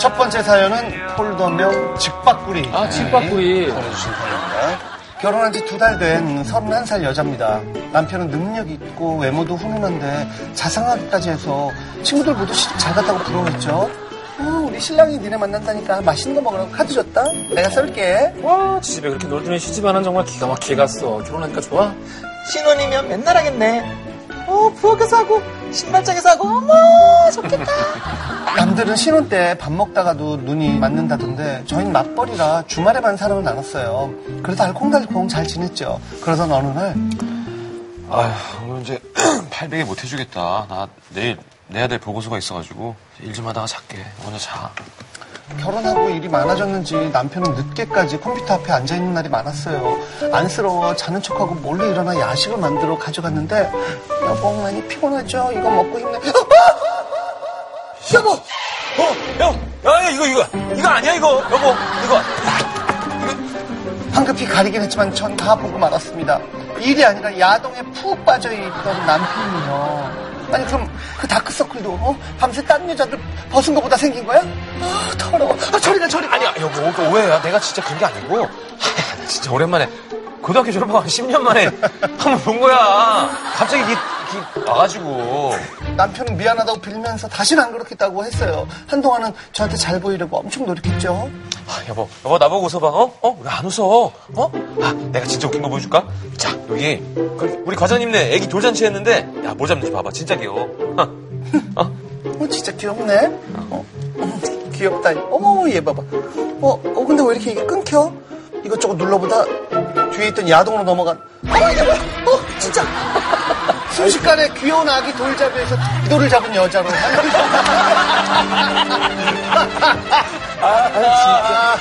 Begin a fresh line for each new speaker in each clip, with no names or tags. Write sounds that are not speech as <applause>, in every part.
첫 번째 사연은 폴더명 직박구리.
아, 집밥구이.
보내주신 사연입니다. 결혼한 지 두 달 된 31살 여자입니다. 남편은 능력 있고 외모도 훈훈한데 자상하기까지 해서 친구들 모두 시집 잘 갔다고 부러워했죠. 어, 우리 신랑이 니네 만난다니까 맛있는 거 먹으라고 카드 줬다? 내가 쏠게.
와, 집에 그렇게 놀더니 시집안은 정말 기가 막히게 갔어. 결혼하니까 좋아?
신혼이면 맨날 하겠네. 어, 부엌에서 하고, 신발장에서 하고, 어머, 아, 좋겠다.
남들은 신혼 때 밥 먹다가도 눈이 맞는다던데 저희는 맞벌이라 주말에만 사람을 나눴어요. 그래서 알콩달콩 잘 지냈죠. 그러던 어느 날
아휴, 오늘 이제 <clears throat> 800에 못 해주겠다. 나 내일 내야 될 보고서가 있어가지고 일 좀 하다가 잘게. 먼저 자.
결혼하고 일이 많아졌는지 남편은 늦게까지 컴퓨터 앞에 앉아있는 날이 많았어요. 안쓰러워 자는 척하고 몰래 일어나 야식을 만들어 가져갔는데 여보 많이 피곤하죠? 이거 먹고 어! 힘내.
여보,
어, 형, 야, 야, 이거 이거 이거 아니야 이거 여보 이거.
황급히 가리긴 했지만 전 다 보고 말았습니다. 일이 아니라 야동에 푹 빠져있던 남편이요. 아니 그럼 그 다크서클도 어? 밤새 딴 여자들 벗은 것보다 생긴 거야? 아 더러워. 아 저리가 저리.
아니야 여보 그 오해야. 내가 진짜 그런 게 아니고. 하, 나 진짜 오랜만에 고등학교 졸업하고 한 10년 만에 <laughs> 한 번 본 거야. 갑자기 이게, 이게 와가지고.
남편은 미안하다고 빌면서 다시는 안 그렇겠다고 했어요. 한동안은 저한테 잘 보이려고 엄청 노력했죠.
아, 여보, 여보 나보고 웃어봐. 어? 어? 왜 안 웃어? 어? 아, 내가 진짜 웃긴 거 보여줄까? 자, 여기 그, 우리 과장님네 애기 돌잔치 했는데 야, 뭐 잡는지 봐봐. 진짜 귀여워.
어, 진짜 귀엽네. 어, 음, 귀엽다. 어머, 얘 봐봐. 어, 어, 근데 왜 이렇게 이게 끊겨? 이것저것 눌러보다 뒤에 있던 야동으로 넘어간. 어, 이게 뭐야? 어, 진짜. <laughs> 순식간에 귀여운 아기 돌잡이에서 돌을 잡은 여자로.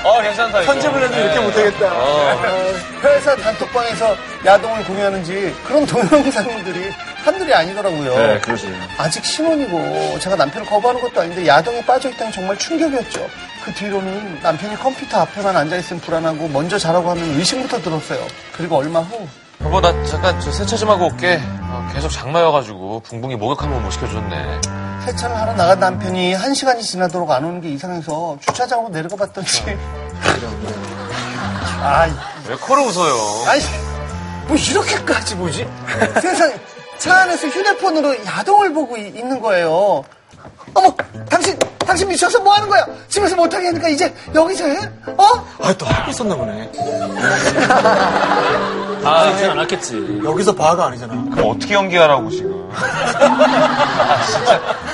어, 괜찮다. 이거.
편집을 해도
네.
이렇게 못하겠다.
어.
아. 회사 단톡방에서 야동을 공유하는지 그런 동영상들이 한둘이 아니더라고요.
네, 그러지.
아직 신혼이고 제가 남편을 거부하는 것도 아닌데 야동에 빠져있다니 정말 충격이었죠. 그 뒤로는 남편이 컴퓨터 앞에만 앉아있으면 불안하고 먼저 자라고 하면 의심부터 들었어요. 그리고 얼마 후
여보, 나 잠깐 저 세차 좀 하고 올게. 어, 계속 장마여가지고 붕붕이 목욕 한 번 못 시켜줬네.
세차를 하러 나간 남편이 한 시간이 지나도록 안 오는 게 이상해서 주차장으로 내려가 봤더니 아,
왜 코로 웃어요?
아니 뭐 이렇게까지 뭐지? 세상에 차 안에서 휴대폰으로 야동을 보고 이- 있는 거예요. 어머, 당신 당신 미쳐서 뭐 하는 거야? 집에서 못하게 하니까 이제 여기서 해? 어?
아, 또 하고 있었나 보네.
아, 그렇진 않았겠지.
여기서 바가 아니잖아.
그럼 어떻게 연기하라고 지금?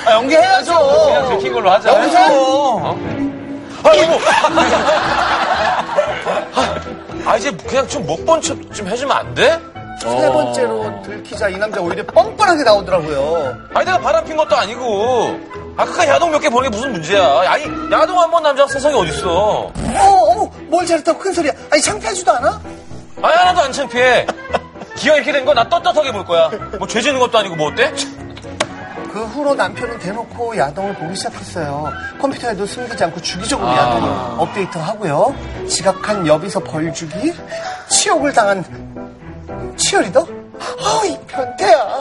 아, 연기해야죠.
그냥 들킨 걸로 하자.
여기서?
어? 아, 여보! 아, 이제 그냥 좀 못 본 척 좀 해주면 안 돼?
세 번째로 들키자 이 남자 오히려 뻔뻔하게 나오더라고요.
아니 내가 바람 핀 것도 아니고 아까 야동 몇 개 보는 게 무슨 문제야 아니 야동 한 번 남자가 세상에 어딨어
어, 어머, 뭘 잘했다고 큰 소리야. 아니, 창피하지도 않아?
아니 하나도 안 창피해 기왕 이렇게 된 거 나 떳떳하게 볼 거야 뭐 죄 지는 것도 아니고 뭐 어때?
그 후로 남편은 대놓고 야동을 보기 시작했어요. 컴퓨터에도 숨기지 않고 주기적으로 야동을 업데이트하고요. 지각한 여비서 벌주기, 치욕을 당한 치어리더? 아우, 이 변태야.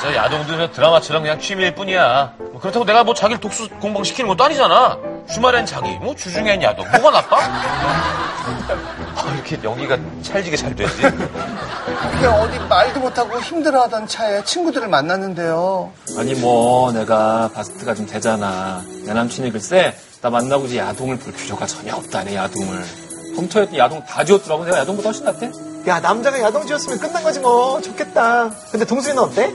저 야동들은 드라마처럼 그냥 취미일 뿐이야 뭐 그렇다고 내가 뭐 자기를 독서 공방시키는 것도 아니잖아 주말엔 자기 뭐 주중엔 야동 뭐가 <laughs> 나빠? 아, 이렇게 연기가 찰지게 잘 되지
그게 어디 말도 못하고 힘들어하던 차에 친구들을 만났는데요.
아니 뭐 내가 바스트가 좀 되잖아. 내 남친이 글쎄 나 만나고 이제 야동을 볼 필요가 전혀 없다네 야동을. 컴퓨터에 있던 야동 다 지웠더라고. 내가 야동보다 훨씬 낫대.
야, 남자가 야동 지었으면 끝난 거지 뭐. 좋겠다. 근데 동순이는 어때?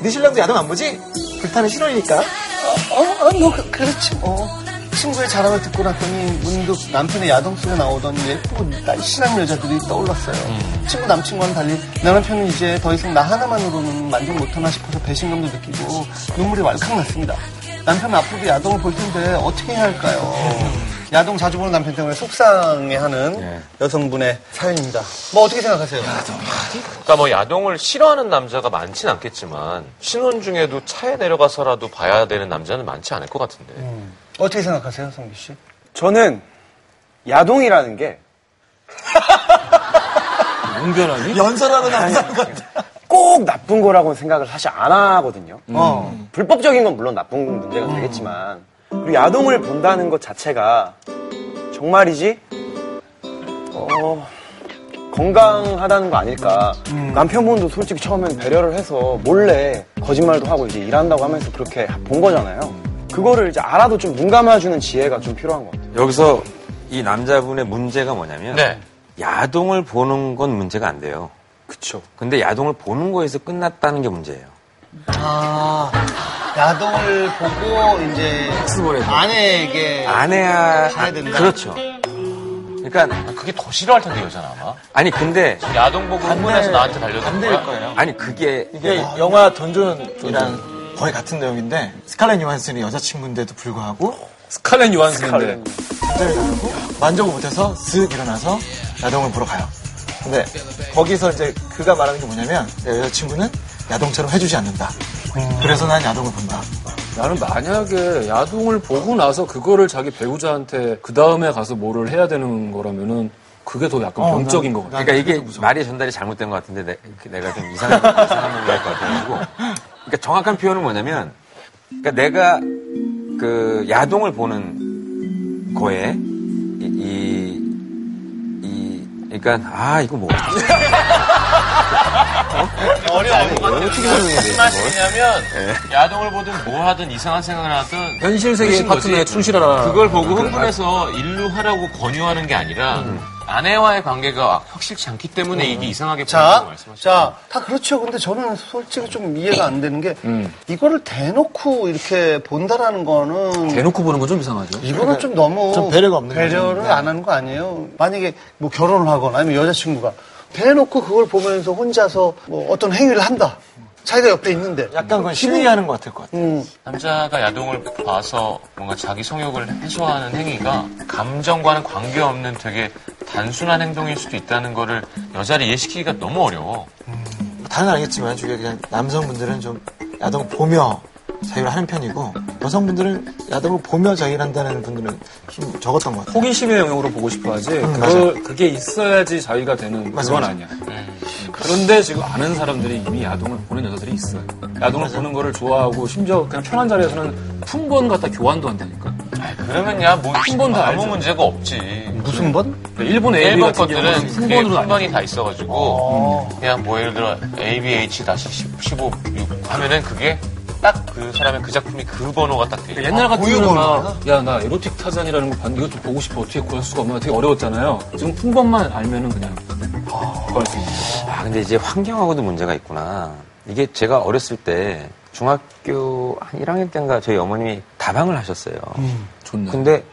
네 신랑도 야동 안 보지? 불타는 신혼이니까.
어, 어, 뭐, 그, 그렇지, 뭐. 친구의 자랑을 듣고 났더니 문득 남편의 야동 속에 나오던 예쁘고 날씬한 여자들이 떠올랐어요. 친구 남친과는 달리 내 남편은 이제 더 이상 나 하나만으로는 만족 못하나 싶어서 배신감도 느끼고 눈물이 왈칵 났습니다. 남편은 앞으로도 야동을 볼 텐데 어떻게 해야 할까요? 야동 자주 보는 남편 때문에 속상해하는 여성분의 사연입니다. 뭐 어떻게 생각하세요?
그러니까 뭐 야동을 싫어하는 남자가 많진 않겠지만 신혼 중에도 차에 내려가서라도 봐야 되는 남자는 많지 않을 것 같은데.
어떻게 생각하세요, 성규 씨?
저는 야동이라는
<laughs>
게
웅변하니?
연설하는 남자 같아.
꼭 나쁜 거라고 는 생각을 사실 안 하거든요.
어.
음. 불법적인 건 물론 나쁜 문제가 되겠지만 그리고 야동을 본다는 것 자체가 정말이지 어, 건강하다는 거 아닐까. 남편분도 솔직히 처음엔 배려를 해서 몰래 거짓말도 하고 이제 일한다고 하면서 그렇게 본 거잖아요. 그거를 이제 알아도 좀 눈 감아주는 지혜가 좀 필요한 것 같아요.
여기서 이 남자분의 문제가 뭐냐면
네.
야동을 보는 건 문제가 안 돼요.
그쵸.
근데 야동을 보는 거에서 끝났다는 게 문제예요.
아, 야동을 보고 이제 아내에게
아내야
가야 된다.
그렇죠. 그러니까
그게 더 싫어할 텐데 여자는 아마.
아니 근데
야동 보고 흥분해서 나한테 달려드는 거야.
아니 그게
이게 영화 던전이랑 거의 같은 내용인데 스칼렛 요한슨이 여자친구인데도 불구하고
스칼렛 요한슨인데.
남자를 당하고 만족을 못해서 쓱 일어나서 야동을 보러 가요. 근데 거기서 이제 그가 말하는 게 뭐냐면 내 여자친구는 야동처럼 해주지 않는다.
음.
그래서 난 야동을 본다.
나는 만약에 야동을 보고 나서 그거를 자기 배우자한테 그 다음에 가서 뭐를 해야 되는 거라면은 그게 더 약간 병적인 것 같아.
그러니까 이게 말이 전달이 잘못된 것 같은데 내, 가좀 이상한 이상한 놈이 할것 같아가지고 그러니까 정확한 표현은 뭐냐면 그러니까 내가 그 야동을 보는 거에 이, 이, 이 그러니까 아 이거 뭐
어려운 것 같아요. 무슨 말씀이냐면 야동을 보든 뭐 하든 이상한 생각을 하든
현실 세계의
끝인 거지. 그러니까
파트너에 충실하라.
그걸 보고 흥분해서 일로 하라고 권유하는 게 아니라
음.
아내와의 관계가 확실치 않기 때문에 이게 이상하게 보인다고
자,
말씀하셨죠.
자, 다 그렇죠. 근데 저는 솔직히 좀 이해가 안 되는 게
음.
이거를 대놓고 이렇게 본다라는 거는
대놓고 보는 건 좀 이상하죠.
이거는 좀 너무
그러니까 좀 배려가 없는 네.
배려를 안 하는 거 아니에요? 만약에 뭐 결혼을 하거나 아니면 여자친구가 대놓고 그걸 보면서 혼자서 뭐 어떤 행위를 한다. 자기가 옆에 있는데 음.
약간 그건 신의하는 것 같을 것 같아.
남자가 야동을 봐서 뭔가 자기 성욕을 해소하는 행위가 감정과는 관계없는 되게 단순한 행동일 수도 있다는 거를 여자를 이해시키기가 너무 어려워.
다른 알겠지만 주게 그냥 남성분들은 좀 야동 보며 자유를 하는 편이고 여성분들은 야동을 보며 자유를 한다는 분들은 좀 적었던 것 같아.
호기심의 영역으로 보고 싶어 하지.
맞아.
그걸, 그게 있어야지 자기가 되는
맞아,
그건
맞아.
아니야. 음, 그런데 지금 아는 사람들이 이미 야동을 보는 여자들이 있어요. 야동을 보는 거를 좋아하고 심지어 그냥 편한 자리에서는 품번 갖다 교환도 한다니까.
그러면 야, 뭐,
한번다
아무
알죠.
문제가 없지.
무슨 번?
그러니까 일본 AV
네, 일본
같은
것들은
경우는
그게
품번으로 나뉘어.
품번이 다 있어가지고 그냥 뭐 예를 들어 ABH-15 하면은 그게 딱 그 사람의 그 작품이 그 번호가 딱 돼.
그러니까 옛날 같은 경우는 막, 야, 나 에로틱 타잔이라는 거 봤는데 이것도 보고 싶어. 어떻게 구할 수가 없나. 되게 어려웠잖아요. 지금 품번만 알면은 그냥 구할 수 있는 거죠.
아, 근데 이제 환경하고도 문제가 있구나. 이게 제가 어렸을 때 중학교 한 1학년 때인가 저희 어머님이 다방을 하셨어요.
음.
좋네.
근데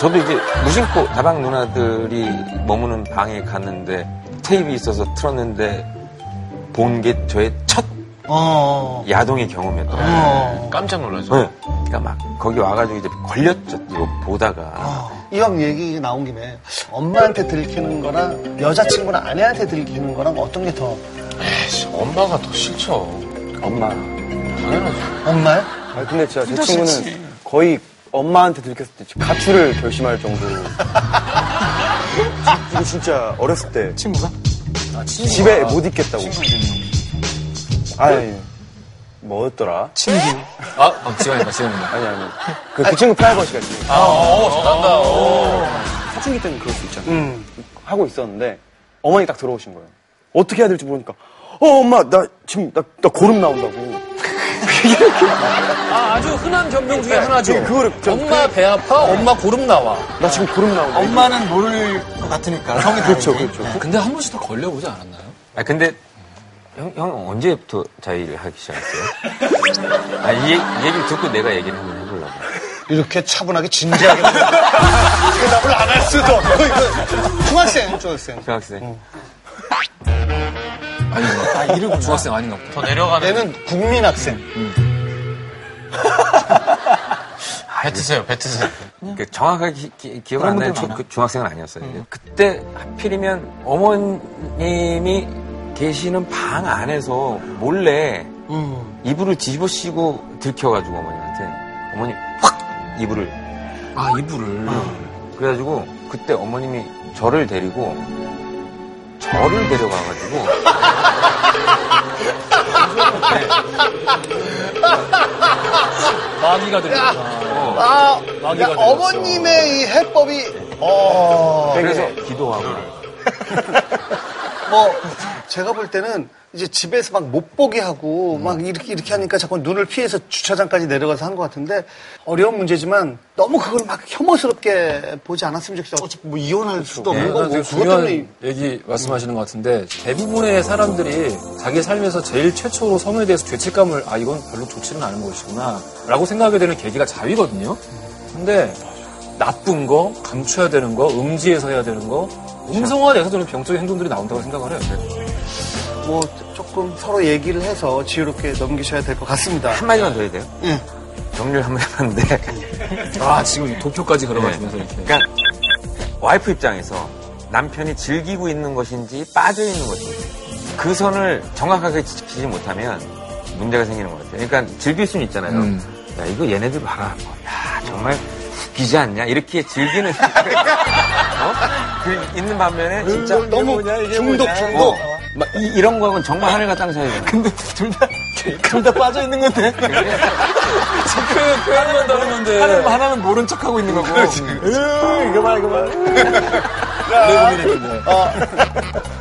저도 이제 무심코 다방 누나들이 머무는 방에 갔는데 테이프 있어서 틀었는데 본 게 저의 첫
어.
야동의 경험이었더라고요.
어.
깜짝 놀라죠.
네. 그러니까 막 거기 와가지고 이제 걸렸죠. 이거
어.
보다가.
이왕 얘기 나온 김에 엄마한테 들키는 거랑 여자친구나 아내한테 들키는 거랑 어떤 게 더
에이씨, 엄마가 더 싫죠.
엄마.
당연하죠.
엄마요?
아, 근데 진짜 제 친구는 거의 엄마한테 들켰을 때 가출을 결심할 정도로. <laughs> 이거 진짜 어렸을 때 아,
친구가?
집에 못 있겠다고. 아니, 뭐? 예. 뭐였더라?
아, 어, 지간이다, 지간이다.
아니, 아니. 그, 그 친구 프라이버시가 있어요.
아, 어, 잘한다.
사춘기 때는 그럴 수 있잖아요. 하고 있었는데, 어머니 딱 들어오신 거예요. 음. 어떻게 해야 될지 모르니까, 어, 엄마, 나 지금, 나, 나 고름 나온다고.
아, 아주 흔한 변명 중에 하나죠.
그거를 좀-
엄마 배 아파, 엄마 고름 나와.
나 지금 고름 나온다.
엄마는 모를 것 같으니까 성이
그렇죠,
다르지.
그렇죠.
근데 한 번씩 다 걸려보지 않았나요?
아, 근데 형, 형 언제부터 자위를 하기 시작했어요? 아, 이, 얘- 이 얘기를 듣고 내가 얘기를 한번 해보려고.
이렇게 차분하게
<laughs>
진지하게 대답을 안 할 수도 없고 이거 중학생 중학생
중학생.
아니, 아, 이러고 중학생 아닌가 보다.
더 내려가는.
네.
얘는 국민학생
뱉으세요, 뱉으세요.
그 정확하게 기, 억
그런
안 나요.
분들
저-
많아.
그 중학생은 아니었어요. 그때 하필이면 어머님이 계시는 방 안에서 몰래 이불을 뒤집어 씌고 들켜가지고 어머님한테 어머니 확 이불을 음.
아, 이불을.
그래가지고 그때 어머님이 저를 데리고 저를 데려가가지고
마귀가 들렸다.
아,
마귀가
야,
들렸어.
어머님의 이 해법이, 어,
그래서 기도하고.
뭐, 제가 볼 때는 이제 집에서 막 못 보게 하고 막 이렇게 이렇게 하니까 자꾸 눈을 피해서 주차장까지 내려가서 한 것 같은데 어려운 문제지만 너무 그걸 막 혐오스럽게 보지 않았으면 좋겠어요. 어차피 뭐 이혼할 수도 없는 거고
되게
그것 때문에
네, 중요한 얘기 말씀하시는 것 같은데 대부분의 사람들이 자기 삶에서 제일 최초로 성에 대해서 죄책감을 아 이건 별로 좋지는 않은 것이구나 라고 생각하게 되는 계기가 자위거든요 근데 나쁜 거 감춰야 되는 거 음지에서 해야 되는 거 음성화돼서 저는 병적인 행동들이 나온다고 생각을 해요
뭐 조금 서로 얘기를 해서 지혜롭게 넘기셔야 될 것 같습니다.
한마디만 더 해도 돼요? 응. 정리를 한번 해봤는데.
아 지금 도표까지 걸어가시면서 이렇게
그러니까 와이프 입장에서 남편이 즐기고 있는 것인지 빠져 있는 것인지 그 선을 정확하게 지키지 못하면 문제가 생기는 것 같아요. 그러니까 즐길 수는 있잖아요.
음.
야 이거 얘네들 봐라. 야 정말 웃기지 않냐 이렇게 즐기는 <laughs> 어? 그 있는 반면에 진짜
너무 중독 중독.
어, 막 이, 런 거하고는 정말 하늘과 땅 사이잖아요. 네.
근데 둘 다, 둘 다 빠져 있는 건데.
그 하나만 다르는데
하나는, 하나는 모른 척 하고
그렇죠.
있는 거고. 으, 이거 봐, 이거 봐.